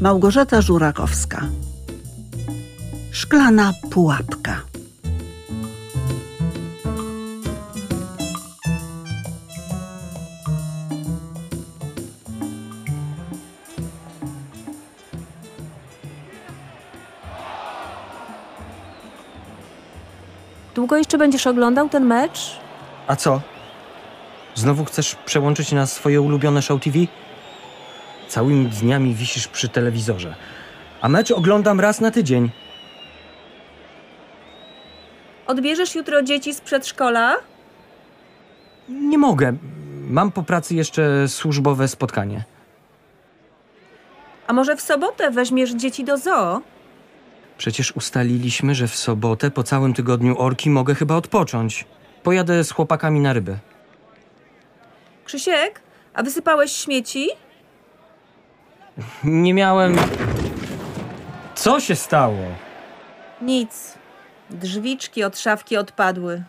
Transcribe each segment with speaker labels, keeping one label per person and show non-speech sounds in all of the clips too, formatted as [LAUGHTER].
Speaker 1: Małgorzata Żurakowska. Szklana pułapka.
Speaker 2: Długo jeszcze będziesz oglądał ten mecz?
Speaker 3: A co? Znowu chcesz przełączyć na swoje ulubione show TV? Całymi dniami wisisz przy telewizorze. A mecz oglądam raz na tydzień.
Speaker 2: Odbierzesz jutro dzieci z przedszkola?
Speaker 3: Nie mogę. Mam po pracy jeszcze służbowe spotkanie.
Speaker 2: A może w sobotę weźmiesz dzieci do zoo?
Speaker 3: Przecież ustaliliśmy, że w sobotę po całym tygodniu orki mogę chyba odpocząć. Pojadę z chłopakami na ryby.
Speaker 2: Krzysiek, a wysypałeś śmieci?
Speaker 3: Nie miałem. Co się stało?
Speaker 2: Nic. Drzwiczki od szafki odpadły.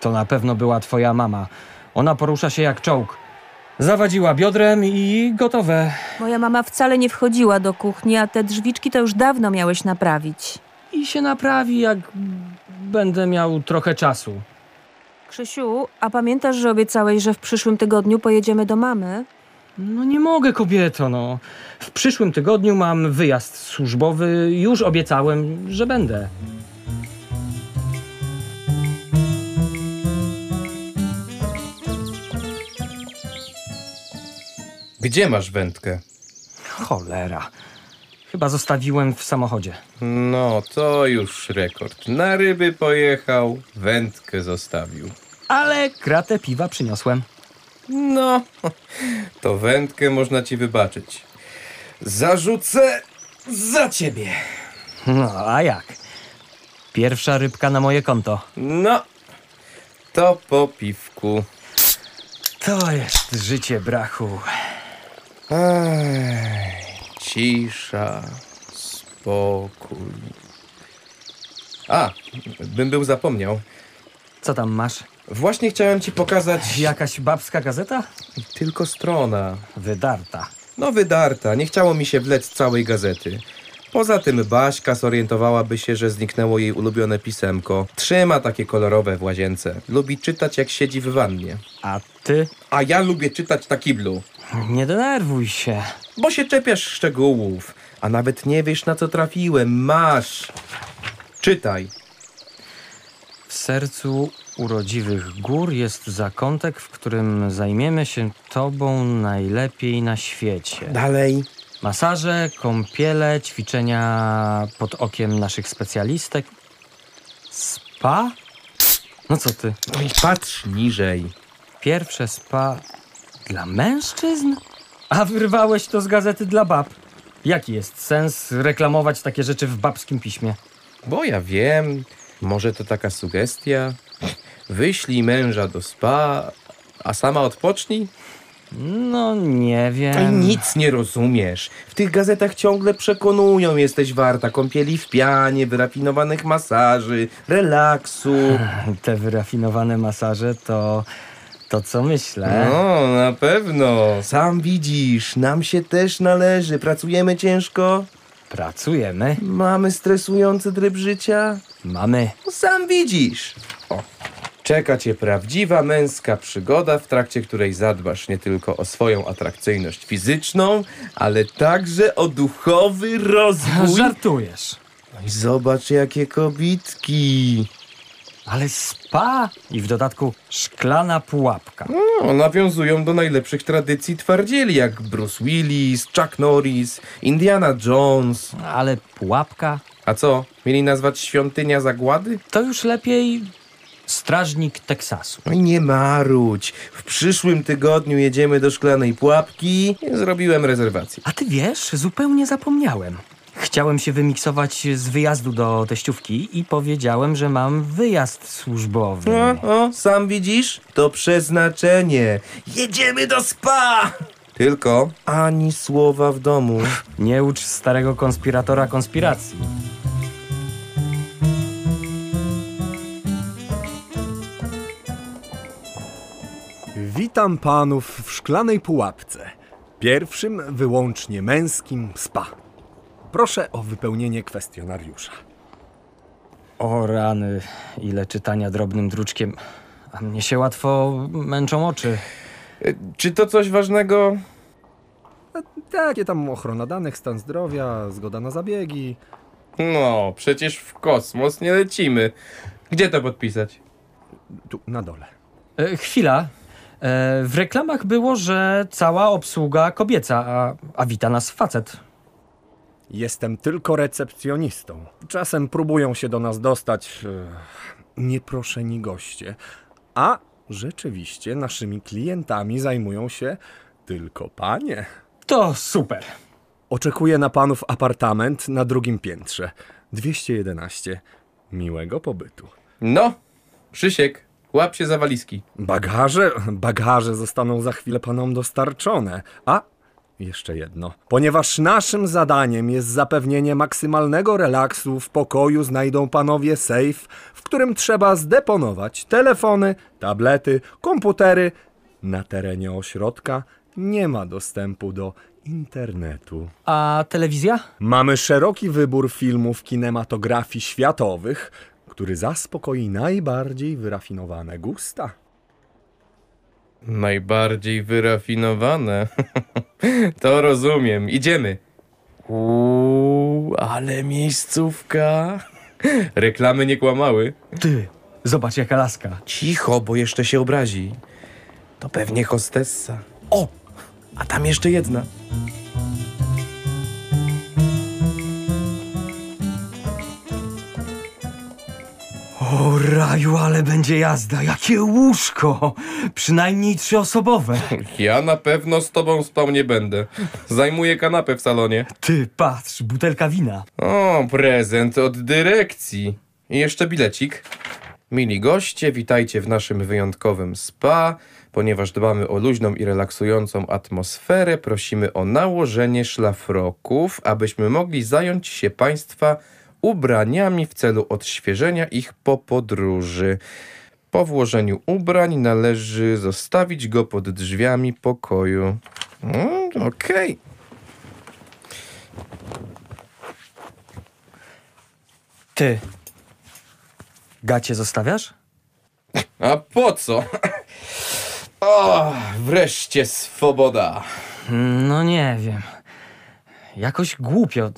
Speaker 3: To na pewno była twoja mama. Ona porusza się jak czołg. Zawadziła biodrem i gotowe.
Speaker 2: Moja mama wcale nie wchodziła do kuchni, a te drzwiczki to już dawno miałeś naprawić.
Speaker 3: I się naprawi, jak będę miał trochę czasu.
Speaker 2: Krzysiu, a pamiętasz, że obiecałeś, że w przyszłym tygodniu pojedziemy do mamy?
Speaker 3: No nie mogę, kobieto, no. W przyszłym tygodniu mam wyjazd służbowy. Już obiecałem, że będę.
Speaker 4: Gdzie masz wędkę?
Speaker 3: Cholera. Chyba zostawiłem w samochodzie.
Speaker 4: No, to już rekord. Na ryby pojechał, wędkę zostawił.
Speaker 3: Ale kratę piwa przyniosłem.
Speaker 4: No, [LAUGHS] to wędkę można ci wybaczyć. Zarzucę za ciebie.
Speaker 3: No, a jak? Pierwsza rybka na moje konto.
Speaker 4: No, to po piwku.
Speaker 3: To jest życie brachu.
Speaker 4: Ej, cisza, spokój. A, bym był zapomniał.
Speaker 3: Co tam masz?
Speaker 4: Właśnie chciałem ci pokazać,
Speaker 3: Jakaś babska gazeta?
Speaker 4: tylko strona.
Speaker 3: Wydarta.
Speaker 4: No wydarta, nie chciało mi się wlec całej gazety. Poza tym Baśka zorientowałaby się, że zniknęło jej ulubione pisemko. Trzyma takie kolorowe w łazience. Lubi czytać jak siedzi w wannie.
Speaker 3: A ty?
Speaker 4: A ja lubię czytać na kiblu,
Speaker 3: Nie denerwuj się.
Speaker 4: bo się czepiasz szczegółów, a nawet nie wiesz na co trafiłem. Masz. Czytaj.
Speaker 3: W sercu urodziwych gór jest zakątek, w którym zajmiemy się tobą najlepiej na świecie.
Speaker 4: Dalej.
Speaker 3: Masaże, kąpiele, ćwiczenia pod okiem naszych specjalistek. Spa? No co ty?
Speaker 4: No i patrz niżej.
Speaker 3: Pierwsze spa dla mężczyzn? A wyrwałeś to z gazety dla bab. Jaki jest sens reklamować takie rzeczy w babskim piśmie?
Speaker 4: Bo ja wiem, może to taka sugestia. Wyślij męża do spa, a sama odpocznij.
Speaker 3: No nie wiem.
Speaker 4: Ej, nic nie rozumiesz. W tych gazetach ciągle przekonują, jesteś warta kąpieli w pianie, wyrafinowanych masaży, relaksu.
Speaker 3: Te wyrafinowane masaże to to co myślę.
Speaker 4: No, na pewno. Sam widzisz, nam się też należy. Pracujemy ciężko,
Speaker 3: Pracujemy,
Speaker 4: mamy stresujący tryb życia. No,
Speaker 3: mamy.
Speaker 4: Sam widzisz. O. Czeka cię prawdziwa męska przygoda, w trakcie której zadbasz nie tylko o swoją atrakcyjność fizyczną, ale także o duchowy rozwój.
Speaker 3: Żartujesz.
Speaker 4: No i zobacz, jakie kobitki.
Speaker 3: Ale spa i w dodatku szklana pułapka.
Speaker 4: No, nawiązują do najlepszych tradycji twardzieli, jak Bruce Willis, Chuck Norris, Indiana Jones.
Speaker 3: Ale pułapka
Speaker 4: A co, mieli nazwać świątynia zagłady?
Speaker 3: to już lepiej strażnik Teksasu.
Speaker 4: No i nie marudź. W przyszłym tygodniu jedziemy do Szklanej Pułapki. Zrobiłem rezerwację.
Speaker 3: A ty wiesz, zupełnie zapomniałem. Chciałem się wymiksować z wyjazdu do teściówki i powiedziałem, że mam wyjazd służbowy.
Speaker 4: No, O, o, sam widzisz? To przeznaczenie. Jedziemy do spa! Tylko ani słowa w domu.
Speaker 3: Nie ucz starego konspiratora konspiracji.
Speaker 5: Witam panów w szklanej pułapce. Pierwszym wyłącznie męskim spa. Proszę o wypełnienie kwestionariusza.
Speaker 3: O rany, ile czytania drobnym druczkiem. A mnie się łatwo męczą oczy.
Speaker 4: E, Czy to coś ważnego?
Speaker 5: Takie E, tam ochrona danych, stan zdrowia, zgoda na zabiegi.
Speaker 4: No, przecież w kosmos nie lecimy. Gdzie to podpisać?
Speaker 5: Tu na dole.
Speaker 3: E, chwila. E, w reklamach było, że cała obsługa kobieca, a, a wita nas facet.
Speaker 5: Jestem tylko recepcjonistą. Czasem próbują się do nas dostać eh, nieproszeni goście. A rzeczywiście naszymi klientami zajmują się tylko panie.
Speaker 3: To super.
Speaker 5: Oczekuję na panów apartament na drugim piętrze. 211. Miłego pobytu.
Speaker 4: No, Krzysiek, łap się za walizki.
Speaker 5: Bagaże, bagaże zostaną za chwilę panom dostarczone. A jeszcze jedno. Ponieważ naszym zadaniem jest zapewnienie maksymalnego relaksu, w pokoju znajdą panowie sejf, w którym trzeba zdeponować telefony, tablety, komputery. Na terenie ośrodka nie ma dostępu do internetu.
Speaker 3: A telewizja?
Speaker 5: Mamy szeroki wybór filmów kinematografii światowych, który zaspokoi najbardziej wyrafinowane gusta.
Speaker 4: Najbardziej wyrafinowane. [LAUGHS] to rozumiem. Idziemy. Uuu, ale miejscówka. [LAUGHS] Reklamy nie kłamały.
Speaker 3: Ty, zobacz jaka laska.
Speaker 4: Cicho, bo jeszcze się obrazi. To pewnie hostessa. O! A tam jeszcze jedna.
Speaker 3: O raju, ale będzie jazda. Jakie łóżko. Przynajmniej [LAUGHS] trzyosobowe.
Speaker 4: Ja na pewno z tobą spał nie będę. Zajmuję kanapę w salonie.
Speaker 3: Ty, patrz, butelka wina.
Speaker 4: O, prezent od dyrekcji. I jeszcze bilecik. Mili goście, witajcie w naszym wyjątkowym spa. Ponieważ dbamy o luźną i relaksującą atmosferę, prosimy o nałożenie szlafroków, abyśmy mogli zająć się Państwa ubraniami w celu odświeżenia ich po podróży. Po włożeniu ubrań należy zostawić go pod drzwiami pokoju. Mm, Okej.
Speaker 3: Ty. Gacie zostawiasz?
Speaker 4: A po co? O, wreszcie swoboda.
Speaker 3: No nie wiem. Jakoś głupio.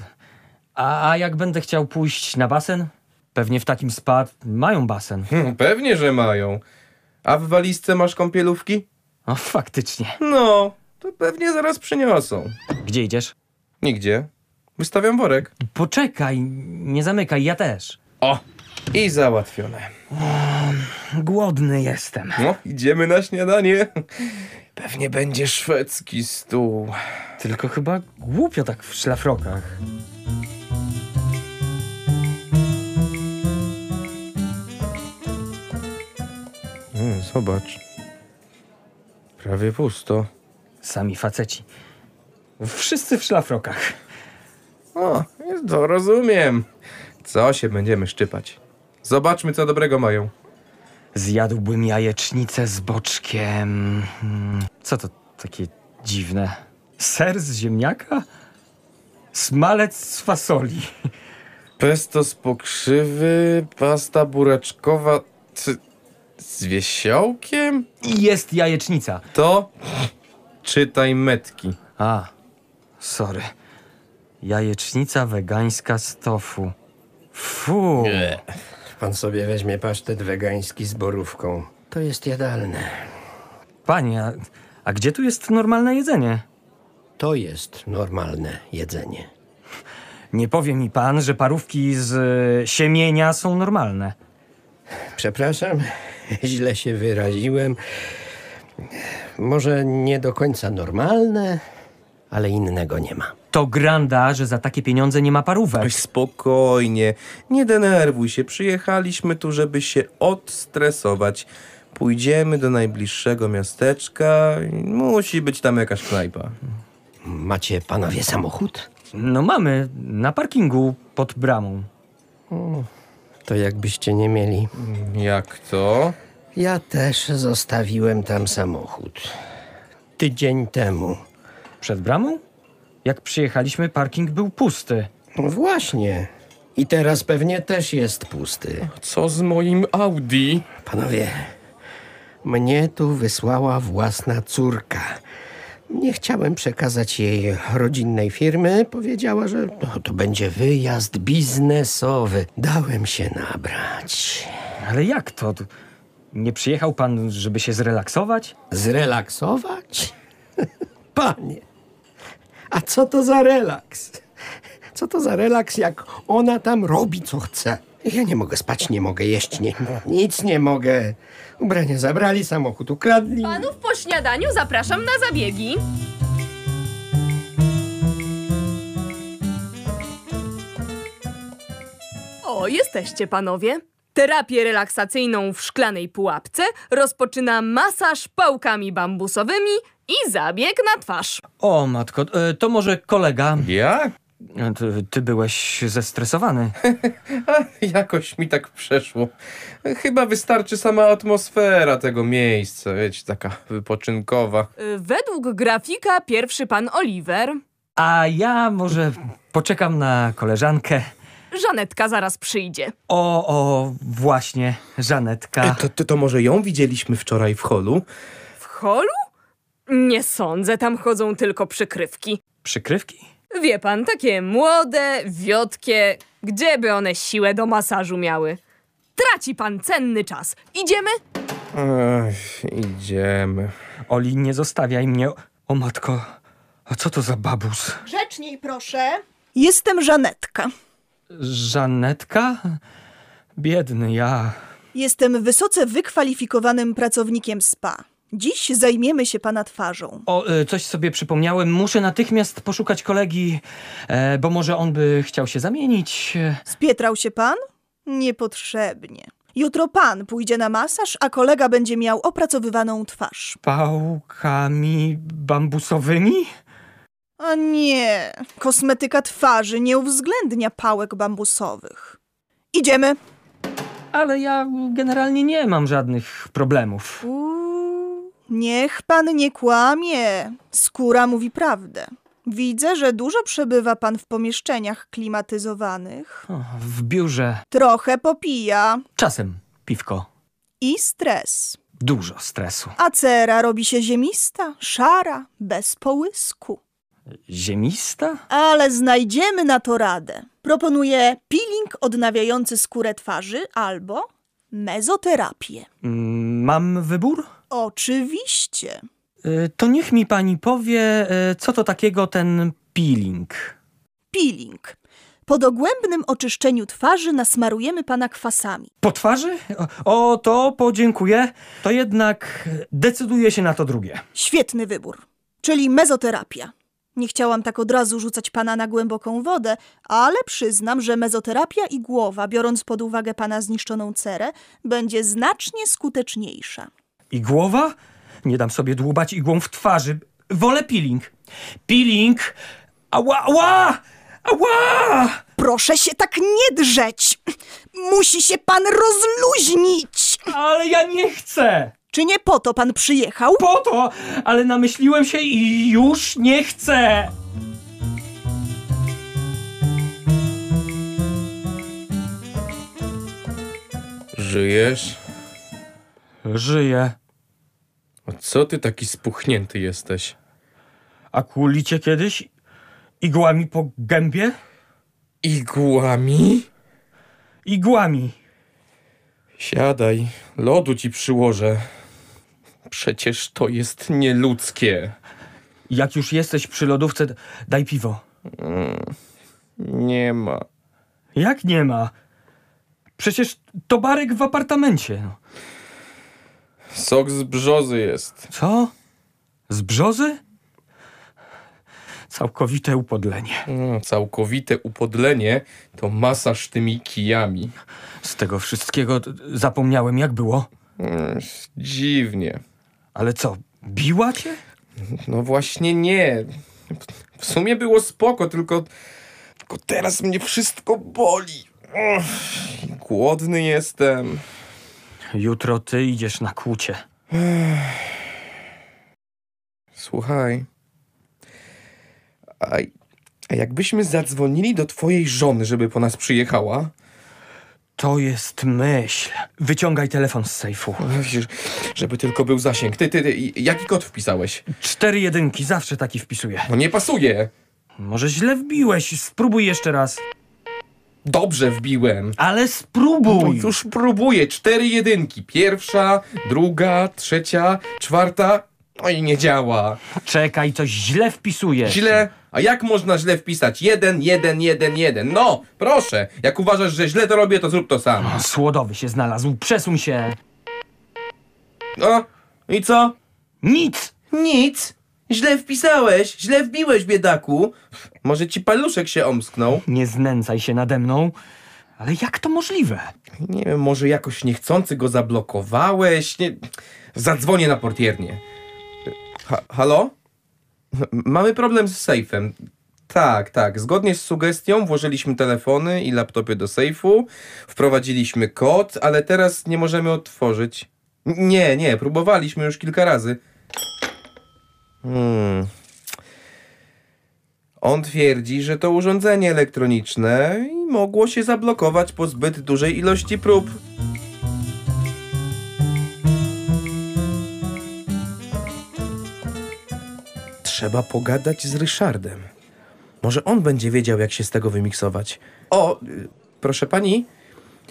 Speaker 3: A, a jak będę chciał pójść na basen? Pewnie w takim spa mają basen.
Speaker 4: Hmm, Pewnie, że mają. A w walizce masz kąpielówki?
Speaker 3: O, faktycznie.
Speaker 4: No, to pewnie zaraz przyniosą.
Speaker 3: Gdzie idziesz?
Speaker 4: Nigdzie. Wystawiam worek.
Speaker 3: Poczekaj, nie zamykaj, ja też.
Speaker 4: O, i załatwione.
Speaker 3: Głodny jestem.
Speaker 4: No, idziemy na śniadanie. Pewnie będzie szwedzki stół.
Speaker 3: Tylko chyba głupio tak w szlafrokach.
Speaker 4: Mm, zobacz. Prawie pusto.
Speaker 3: Sami faceci. Wszyscy w szlafrokach.
Speaker 4: O, to rozumiem. Co się będziemy szczypać? Zobaczmy, co dobrego mają.
Speaker 3: Zjadłbym jajecznicę z boczkiem. Mm, Co to takie dziwne? Ser z ziemniaka? Smalec z fasoli.
Speaker 4: Pesto z pokrzywy, pasta buraczkowa czy z wiesiołkiem?
Speaker 3: I jest jajecznica.
Speaker 4: To czytaj metki.
Speaker 3: A, sorry. Jajecznica wegańska z tofu. Fu.
Speaker 6: Pan sobie weźmie pasztet wegański z borówką. To jest jadalne.
Speaker 3: Panie, a, a gdzie tu jest normalne jedzenie?
Speaker 6: To jest normalne jedzenie.
Speaker 3: Nie powie mi pan, że parówki z e, siemienia są normalne.
Speaker 6: Przepraszam, [LAUGHS] źle się wyraziłem. Może nie do końca normalne, ale innego nie ma.
Speaker 3: To granda, że za takie pieniądze nie ma parówek.
Speaker 4: Oj, spokojnie, nie denerwuj się. Przyjechaliśmy tu, żeby się odstresować. Pójdziemy do najbliższego miasteczka. Musi być tam jakaś knajpa.
Speaker 6: Macie panowie samochód?
Speaker 3: No mamy, na parkingu pod bramą.
Speaker 6: To jakbyście nie mieli.
Speaker 4: Jak to?
Speaker 6: Ja też zostawiłem tam samochód. Tydzień temu.
Speaker 3: Przed bramą? Jak przyjechaliśmy, parking był pusty.
Speaker 6: No właśnie. I teraz pewnie też jest pusty.
Speaker 4: Co z moim Audi?
Speaker 6: Panowie, mnie tu wysłała własna córka. Nie chciałem przekazać jej rodzinnej firmy. Powiedziała, że no, to, to będzie wyjazd biznesowy. Dałem się nabrać.
Speaker 3: Ale jak to? Nie przyjechał pan, żeby się zrelaksować?
Speaker 6: Zrelaksować? [LAUGHS] Panie, a co to za relaks? Co to za relaks, jak ona tam robi, co chce? Ja nie mogę spać, nie mogę jeść, nie, nic nie mogę. Ubrania zabrali, samochód ukradli.
Speaker 7: Panów po śniadaniu zapraszam na zabiegi. O, jesteście panowie. Terapię relaksacyjną w szklanej pułapce rozpoczyna masaż pałkami bambusowymi i zabieg na twarz.
Speaker 3: O, matko, e, to może kolega.
Speaker 4: Ja?
Speaker 3: E, Ty, ty byłeś zestresowany.
Speaker 4: A, [LAUGHS] jakoś mi tak przeszło. Chyba wystarczy sama atmosfera tego miejsca, wiecie, taka wypoczynkowa.
Speaker 7: Y, Według grafika pierwszy pan Oliver.
Speaker 3: A ja może poczekam na koleżankę.
Speaker 7: Żanetka zaraz przyjdzie.
Speaker 3: O, o, właśnie, Żanetka.
Speaker 4: To, to, to może ją widzieliśmy wczoraj w holu?
Speaker 7: W holu? Nie sądzę, tam chodzą tylko przykrywki.
Speaker 3: Przykrywki?
Speaker 7: Wie pan, takie młode, wiotkie, gdzie by one siłę do masażu miały? Traci pan cenny czas. Idziemy?
Speaker 4: Ech, idziemy.
Speaker 3: Oli, nie zostawiaj mnie. O, matko, a co to za babus?
Speaker 8: Grzeczniej proszę.
Speaker 1: Jestem Żanetka.
Speaker 3: Żanetka? Biedny ja.
Speaker 8: Jestem wysoce wykwalifikowanym pracownikiem SPA. Dziś zajmiemy się pana twarzą.
Speaker 3: O, e, coś sobie przypomniałem. Muszę natychmiast poszukać kolegi, e, bo może on by chciał się zamienić. E,
Speaker 8: Spietrał się pan? Niepotrzebnie. Jutro pan pójdzie na masaż, a kolega będzie miał opracowywaną twarz.
Speaker 3: Pałkami bambusowymi?
Speaker 8: A nie, kosmetyka twarzy nie uwzględnia pałek bambusowych. Idziemy.
Speaker 3: Ale ja generalnie nie mam żadnych problemów.
Speaker 8: Uuu, niech pan nie kłamie. Skóra mówi prawdę. Widzę, że dużo przebywa pan w pomieszczeniach klimatyzowanych.
Speaker 3: O, w biurze
Speaker 8: Trochę popija
Speaker 3: czasem piwko.
Speaker 8: i stres.
Speaker 3: Dużo stresu.
Speaker 8: A cera robi się ziemista, szara, bez połysku.
Speaker 3: Ziemista?
Speaker 8: Ale znajdziemy na to radę. Proponuję peeling odnawiający skórę twarzy albo mezoterapię.
Speaker 3: Mm, Mam wybór?
Speaker 8: Oczywiście.
Speaker 3: E, To niech mi pani powie, e, co to takiego ten peeling.
Speaker 8: Peeling. Po dogłębnym oczyszczeniu twarzy nasmarujemy pana kwasami.
Speaker 3: Po twarzy? O, o, to podziękuję. To jednak decyduje się na to drugie.
Speaker 8: Świetny wybór. Czyli mezoterapia. Nie chciałam tak od razu rzucać pana na głęboką wodę, ale przyznam, że mezoterapia i głowa, biorąc pod uwagę pana zniszczoną cerę, będzie znacznie skuteczniejsza.
Speaker 3: I głowa? Nie dam sobie dłubać igłą w twarzy. Wolę peeling. Peeling! Ała, ała! Ała!
Speaker 8: Proszę się tak nie drzeć! Musi się pan rozluźnić!
Speaker 3: Ale ja nie chcę!
Speaker 8: Czy nie po to pan przyjechał?
Speaker 3: Po to! Ale namyśliłem się i już nie chcę!
Speaker 4: Żyjesz?
Speaker 3: Żyję.
Speaker 4: A co ty taki spuchnięty jesteś?
Speaker 3: A kuli cię kiedyś? Igłami po gębie?
Speaker 4: Igłami?
Speaker 3: Igłami.
Speaker 4: Siadaj, lodu ci przyłożę. Przecież to jest nieludzkie.
Speaker 3: Jak już jesteś przy lodówce, daj piwo.
Speaker 4: Nie ma.
Speaker 3: Jak nie ma? Przecież to barek w apartamencie. no.
Speaker 4: Sok z brzozy jest.
Speaker 3: Co? Z brzozy? Całkowite upodlenie.
Speaker 4: Mm, Całkowite upodlenie to masaż tymi kijami.
Speaker 3: Z tego wszystkiego t- zapomniałem, jak było.
Speaker 4: Mm, Dziwnie.
Speaker 3: Ale co, biła cię?
Speaker 4: No właśnie nie. W sumie było spoko, tylko, tylko teraz mnie wszystko boli. Uff, głodny jestem.
Speaker 3: Jutro ty idziesz na kłucie.
Speaker 4: Słuchaj. A, A jakbyśmy zadzwonili do twojej żony, żeby po nas przyjechała?
Speaker 3: To jest myśl. Wyciągaj telefon z sejfu.
Speaker 4: Widzisz, Żeby tylko był zasięg. Ty, ty, ty, i- jaki kod wpisałeś?
Speaker 3: Cztery jedynki, zawsze taki wpisuję.
Speaker 4: No nie pasuje.
Speaker 3: Może źle wbiłeś, spróbuj jeszcze raz.
Speaker 4: Dobrze wbiłem.
Speaker 3: Ale
Speaker 4: No
Speaker 3: spróbuj!
Speaker 4: cóż, próbuję. Cztery jedynki. Pierwsza, druga, trzecia, czwarta. No i nie działa.
Speaker 3: Czekaj, coś źle wpisujesz.
Speaker 4: Źle. A jak można źle wpisać? Jeden, jeden, jeden, jeden. No, proszę. Jak uważasz, że źle to robię, to zrób to sam.
Speaker 3: Słodowy się znalazł, przesuń się.
Speaker 4: No, i co?
Speaker 3: Nic!
Speaker 4: Nic. Źle wpisałeś. Źle wbiłeś, biedaku. Może ci paluszek się omsknął?
Speaker 3: Nie znęcaj się nade mną. Ale jak to możliwe?
Speaker 4: Nie wiem, może jakoś niechcący go zablokowałeś? Nie... Zadzwonię na portiernię. Ha halo? Mamy problem z sejfem. Tak, tak. Zgodnie z sugestią włożyliśmy telefony i laptopy do sejfu, wprowadziliśmy kod, ale teraz nie możemy otworzyć. N- Nie, nie, próbowaliśmy już kilka razy. Hmm. On twierdzi, że to urządzenie elektroniczne i mogło się zablokować po zbyt dużej ilości prób. Trzeba pogadać z Ryszardem. Może on będzie wiedział, jak się z tego wymiksować. O, y, proszę pani,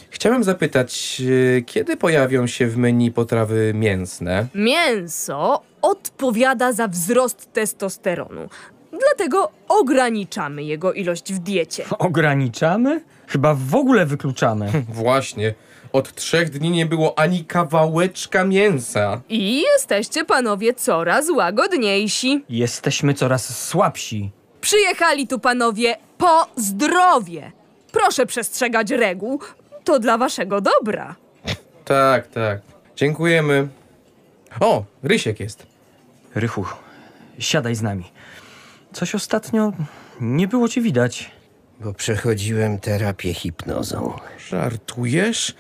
Speaker 4: chciałem zapytać, y, kiedy pojawią się w menu potrawy mięsne?
Speaker 7: Mięso odpowiada za wzrost testosteronu. Dlatego ograniczamy jego ilość w diecie.
Speaker 3: Ograniczamy? Chyba w ogóle wykluczamy.
Speaker 4: Hm. Właśnie. Od trzech dni nie było ani kawałeczka mięsa.
Speaker 7: I jesteście panowie coraz łagodniejsi.
Speaker 3: Jesteśmy coraz słabsi.
Speaker 7: Przyjechali tu panowie po zdrowie. Proszę przestrzegać reguł, to dla waszego dobra.
Speaker 4: Tak, tak. Dziękujemy. O, Rysiek jest.
Speaker 3: Rychu, siadaj z nami. Coś ostatnio nie było ci widać.
Speaker 6: Bo przechodziłem terapię hipnozą.
Speaker 4: Żartujesz?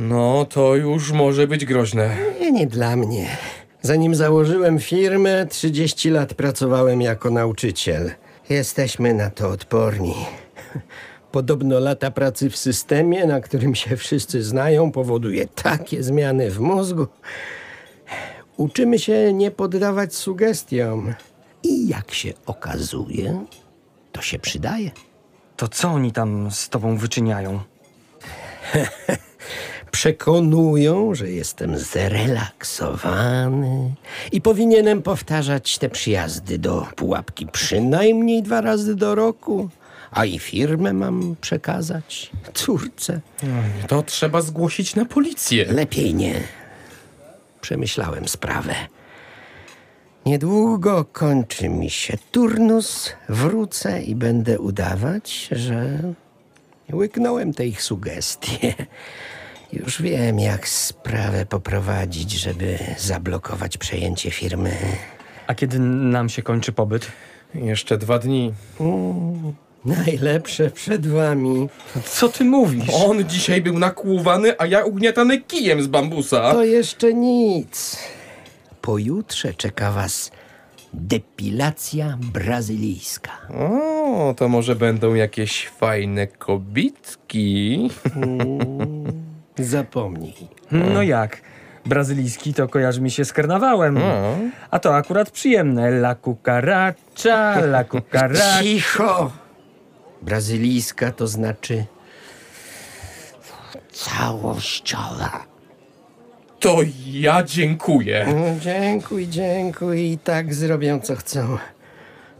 Speaker 4: No, to już może być groźne.
Speaker 6: Nie, nie dla mnie. Zanim założyłem firmę, 30 lat pracowałem jako nauczyciel. Jesteśmy na to odporni. Podobno lata pracy w systemie, na którym się wszyscy znają, powoduje takie zmiany w mózgu. Uczymy się nie poddawać sugestiom. I jak się okazuje, to się przydaje.
Speaker 3: To co oni tam z tobą wyczyniają?
Speaker 6: przekonują, że jestem zrelaksowany i powinienem powtarzać te przyjazdy do pułapki przynajmniej dwa razy do roku. A i firmę mam przekazać córce.
Speaker 4: To trzeba zgłosić na policję.
Speaker 6: Lepiej nie. Przemyślałem sprawę. Niedługo kończy mi się turnus, wrócę i będę udawać, że łyknąłem te ich sugestie. [LAUGHS] Już wiem, jak sprawę poprowadzić, żeby zablokować przejęcie firmy.
Speaker 3: A kiedy nam się kończy pobyt?
Speaker 4: Jeszcze dwa dni.
Speaker 6: Najlepsze przed wami.
Speaker 3: Co ty mówisz?
Speaker 4: On dzisiaj był nakłuwany, a ja ugniatany kijem z bambusa.
Speaker 6: To jeszcze nic. Pojutrze czeka was depilacja brazylijska.
Speaker 4: O, to może będą jakieś fajne kobitki.
Speaker 6: Zapomnij.
Speaker 3: No jak? Brazylijski to kojarzy mi się z karnawałem. A to akurat przyjemne. La cucaracha, la cucaracha.
Speaker 6: Cicho! Brazylijska to znaczy całościowa.
Speaker 4: To ja dziękuję.
Speaker 6: No, dziękuj, dziękuj. I tak zrobią, co chcą.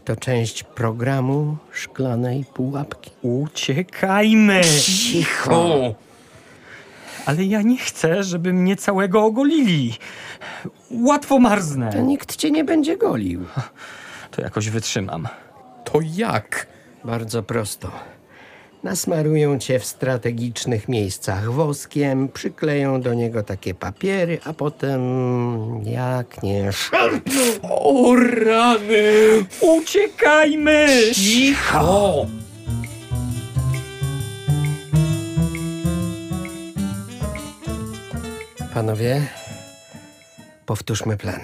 Speaker 6: To część programu Szklanej Pułapki.
Speaker 3: Uciekajmy!
Speaker 6: Cicho!
Speaker 4: O,
Speaker 3: Ale ja nie chcę, żeby mnie całego ogolili. Łatwo
Speaker 6: To
Speaker 3: marznę.
Speaker 6: nikt cię nie będzie golił.
Speaker 3: To jakoś wytrzymam.
Speaker 4: to jak?
Speaker 6: Bardzo prosto. Nasmarują cię w strategicznych miejscach woskiem, przykleją do niego takie papiery, a potem jak nie
Speaker 4: O, rany!
Speaker 3: Uciekajmy!
Speaker 4: Cicho!
Speaker 6: Panowie, powtórzmy plan.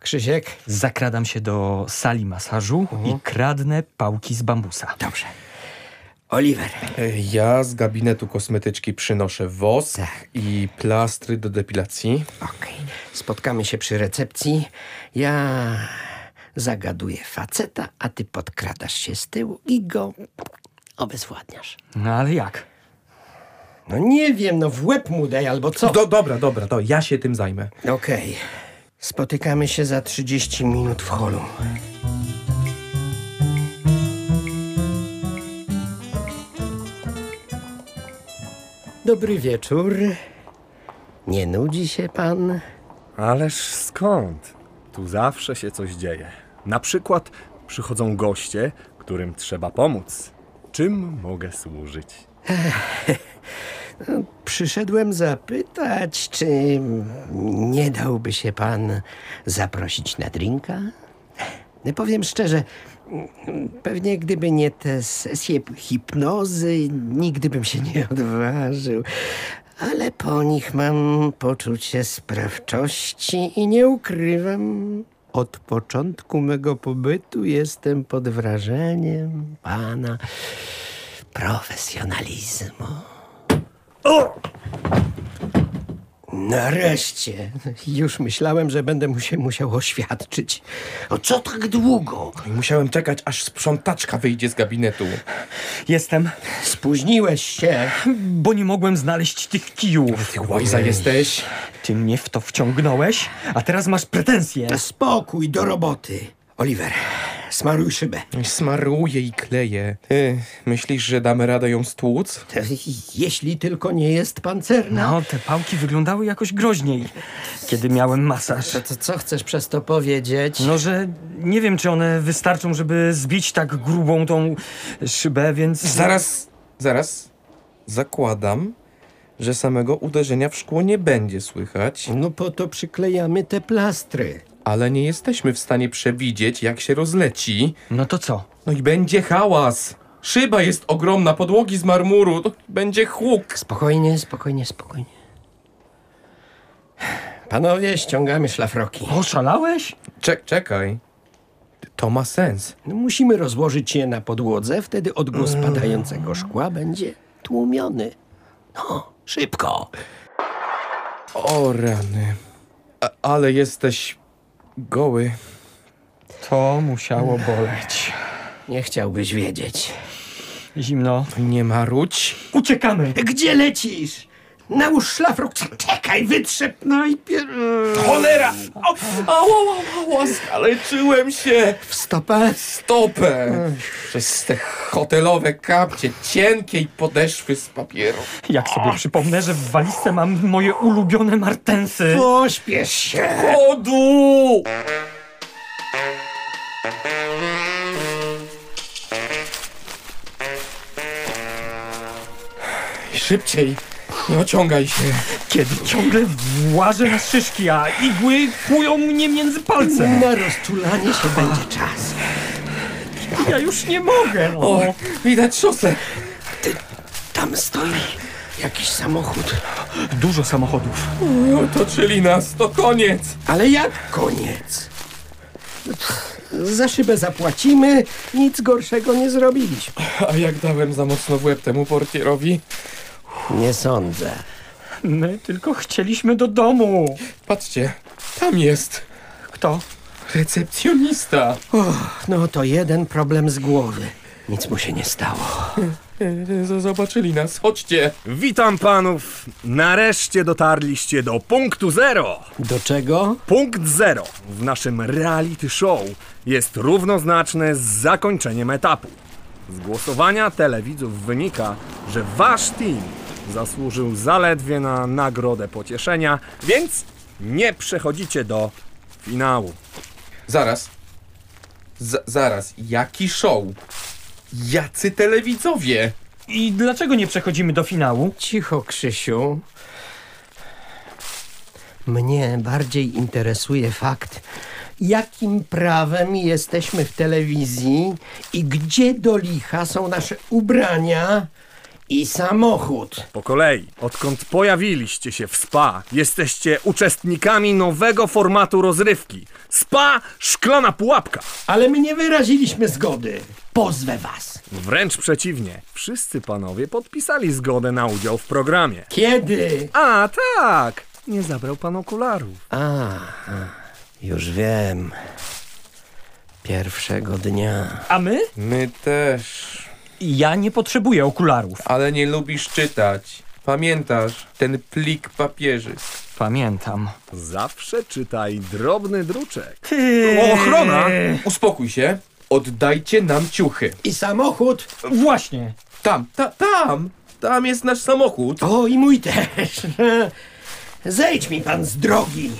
Speaker 6: Krzysiek?
Speaker 3: Zakradam się do sali masażu i kradnę pałki z bambusa.
Speaker 6: Dobrze. Oliver.
Speaker 4: Ja z gabinetu kosmetyczki przynoszę wosk i plastry do depilacji.
Speaker 6: Okej. Spotkamy się przy recepcji. Ja zagaduję faceta, a ty podkradasz się z tyłu i go obezwładniasz.
Speaker 3: No ale jak?
Speaker 6: No nie wiem, no w łeb mu daj albo co.
Speaker 4: Do, dobra, dobra, to ja się tym zajmę.
Speaker 6: Okej. Spotykamy się za 30 minut w holu. Dobry wieczór. Nie nudzi się pan?
Speaker 5: Ależ skąd? Tu zawsze się coś dzieje. Na przykład przychodzą goście, którym trzeba pomóc. Czym mogę służyć?
Speaker 6: Przyszedłem zapytać, czy nie dałby się pan zaprosić na drinka? No Powiem szczerze, pewnie gdyby nie te sesje hipnozy, nigdy bym się nie odważył. Ale po nich mam poczucie sprawczości i nie ukrywam. Od początku mego pobytu jestem pod wrażeniem pana profesjonalizmu. Nareszcie. Już myślałem, że będę mu się musiał oświadczyć. O co tak długo?
Speaker 4: Musiałem czekać, aż sprzątaczka wyjdzie z gabinetu.
Speaker 3: Jestem,
Speaker 6: Spóźniłeś się.
Speaker 3: bo nie mogłem znaleźć tych kijów. Ty
Speaker 4: Łajza jesteś.
Speaker 3: Ty mnie w to wciągnąłeś, a teraz masz pretensje.
Speaker 6: Spokój, do roboty. Oliver, smaruj szybę.
Speaker 4: Smaruję i kleję. Ty, myślisz, że damy radę ją stłuc?
Speaker 6: Jeśli tylko nie jest pancerna.
Speaker 3: No, te pałki wyglądały jakoś groźniej, kiedy miałem masaż.
Speaker 6: To, to co chcesz przez to powiedzieć?
Speaker 3: No, że nie wiem, czy one wystarczą, żeby zbić tak grubą tą szybę, więc...
Speaker 4: Zaraz, zaraz. Zakładam, że samego uderzenia w szkło nie będzie słychać,
Speaker 6: No po to przyklejamy te plastry.
Speaker 4: ale nie jesteśmy w stanie przewidzieć, jak się rozleci.
Speaker 3: No to co?
Speaker 4: No i będzie hałas. Szyba jest ogromna, podłogi z marmuru. To Będzie huk.
Speaker 6: Spokojnie, spokojnie, spokojnie. Panowie, ściągamy szlafroki.
Speaker 3: Oszalałeś?
Speaker 4: Czek, czekaj. To ma sens.
Speaker 6: No, Musimy rozłożyć je na podłodze, wtedy odgłos padającego szkła będzie tłumiony. No, szybko.
Speaker 4: O rany. A, ale jesteś goły.
Speaker 3: To musiało boleć.
Speaker 6: Nie chciałbyś wiedzieć.
Speaker 3: Zimno.
Speaker 4: Nie marudź.
Speaker 3: Uciekamy!
Speaker 6: Gdzie lecisz? Nałóż szlafrok, czekaj, wytrzep, no i... pier-
Speaker 4: Cholera! Au, au, au, au, au, skaleczyłem się!
Speaker 6: W stopę?
Speaker 4: Stopę! Przez te hotelowe kapcie, cienkie i podeszwy z papieru.
Speaker 3: Jak sobie przypomnę, że w walizce mam moje ulubione martensy.
Speaker 6: Pośpiesz się.
Speaker 4: Chodu! Szybciej! Nie ociągaj się!
Speaker 3: Kiedy ciągle włażę na szyszki, a igły kłują mnie między palce.
Speaker 6: Na rozczulanie się będzie czas.
Speaker 3: Ja już nie mogę. No.
Speaker 4: O, widać szosę!
Speaker 6: Tam stoi jakiś samochód.
Speaker 3: Dużo samochodów.
Speaker 4: Otoczyli nas, to koniec!
Speaker 6: Ale jak koniec? Za szybę zapłacimy, nic gorszego nie zrobiliśmy.
Speaker 4: A jak dałem za mocno w łeb temu portierowi?
Speaker 6: Nie sądzę.
Speaker 3: My tylko chcieliśmy do domu.
Speaker 4: Patrzcie, tam jest
Speaker 3: Kto?
Speaker 4: recepcjonista!
Speaker 6: No to jeden problem z głowy. Nic mu się nie stało.
Speaker 4: E, z- Zobaczyli nas, chodźcie!
Speaker 5: Witam panów! Nareszcie dotarliście do punktu zero!
Speaker 6: Do czego?
Speaker 5: Punkt zero w naszym reality show jest równoznaczny z zakończeniem etapu. Z głosowania telewidzów wynika, że wasz team zasłużył zaledwie na nagrodę pocieszenia, więc nie przechodzicie do finału.
Speaker 4: Zaraz. Z- zaraz, jaki show? Jacy telewidzowie?
Speaker 3: I dlaczego nie przechodzimy do finału?
Speaker 6: Cicho, Krzysiu. Mnie bardziej interesuje fakt, jakim prawem jesteśmy w telewizji i gdzie do licha są nasze ubrania I samochód.
Speaker 5: Po kolei, odkąd pojawiliście się w SPA, jesteście uczestnikami nowego formatu rozrywki. SPA Szklana Pułapka.
Speaker 6: Ale my nie wyraziliśmy zgody. Pozwę was.
Speaker 5: Wręcz przeciwnie, wszyscy panowie podpisali zgodę na udział w programie.
Speaker 6: Kiedy?
Speaker 5: A tak, nie zabrał pan okularów.
Speaker 6: A, już wiem. Pierwszego dnia.
Speaker 3: A my?
Speaker 4: My też.
Speaker 3: Ja nie potrzebuję okularów.
Speaker 4: Ale nie lubisz czytać. Pamiętasz ten plik papieży?
Speaker 3: Pamiętam.
Speaker 5: Zawsze czytaj drobny druczek.
Speaker 4: Ochrona! Uspokój się. Oddajcie nam ciuchy.
Speaker 6: I samochód.
Speaker 3: Właśnie.
Speaker 4: Tam, ta, tam! Tam jest nasz samochód.
Speaker 6: O, i mój też. [LAUGHS] Zejdź mi pan z drogi.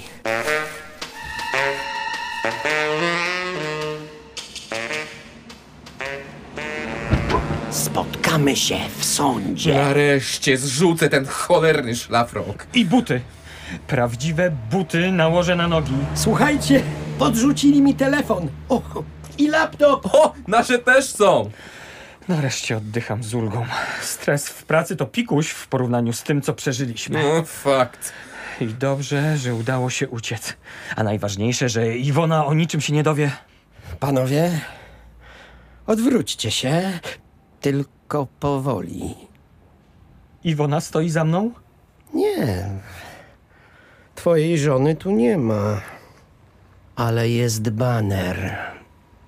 Speaker 6: Spotkamy się w sądzie.
Speaker 4: Nareszcie zrzucę ten cholerny szlafrok.
Speaker 3: I buty. Prawdziwe buty nałożę na nogi.
Speaker 6: Słuchajcie, podrzucili mi telefon. O, i laptop.
Speaker 4: O, nasze też są!
Speaker 3: Nareszcie oddycham z ulgą. Stres w pracy to pikuś w porównaniu z tym, co przeżyliśmy.
Speaker 4: No, fakt.
Speaker 3: I dobrze, że udało się uciec. A najważniejsze, że Iwona o niczym się nie dowie.
Speaker 6: Panowie, odwróćcie się, tylko powoli.
Speaker 3: Iwona stoi za mną?
Speaker 6: Nie. Twojej żony tu nie ma. Ale jest baner.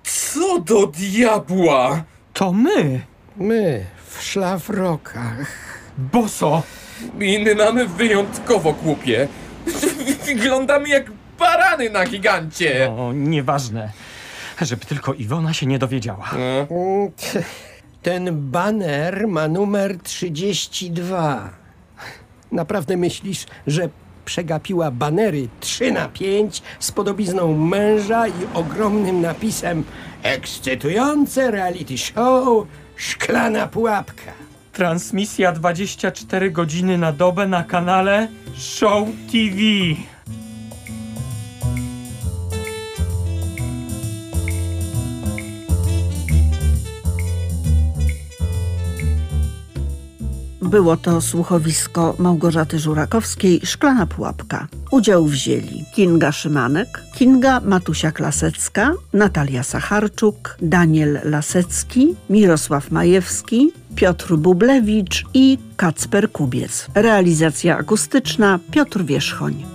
Speaker 4: Co do diabła?
Speaker 3: To my!
Speaker 6: My w szlafrokach.
Speaker 3: Boso!
Speaker 4: Miny mamy wyjątkowo głupie. [LAUGHS] Wyglądamy jak barany na gigancie.
Speaker 3: O, nieważne. Żeby tylko Iwona się nie dowiedziała.
Speaker 6: Mm, t- Ten baner ma numer 32. Naprawdę myślisz, że przegapiła banery 3 na 5 z podobizną męża i ogromnym napisem Ekscytujące reality show Szklana pułapka.
Speaker 3: Transmisja 24 godziny na dobę na kanale Show TV.
Speaker 9: Było to słuchowisko Małgorzaty Żurakowskiej Szklana Pułapka. Udział wzięli Kinga Szymanek, Kinga Matusia-Klasecka, Natalia Sacharczuk, Daniel Lasecki, Mirosław Majewski, Piotr Bublewicz i Kacper Kubiec. Realizacja akustyczna Piotr Wierzchoń.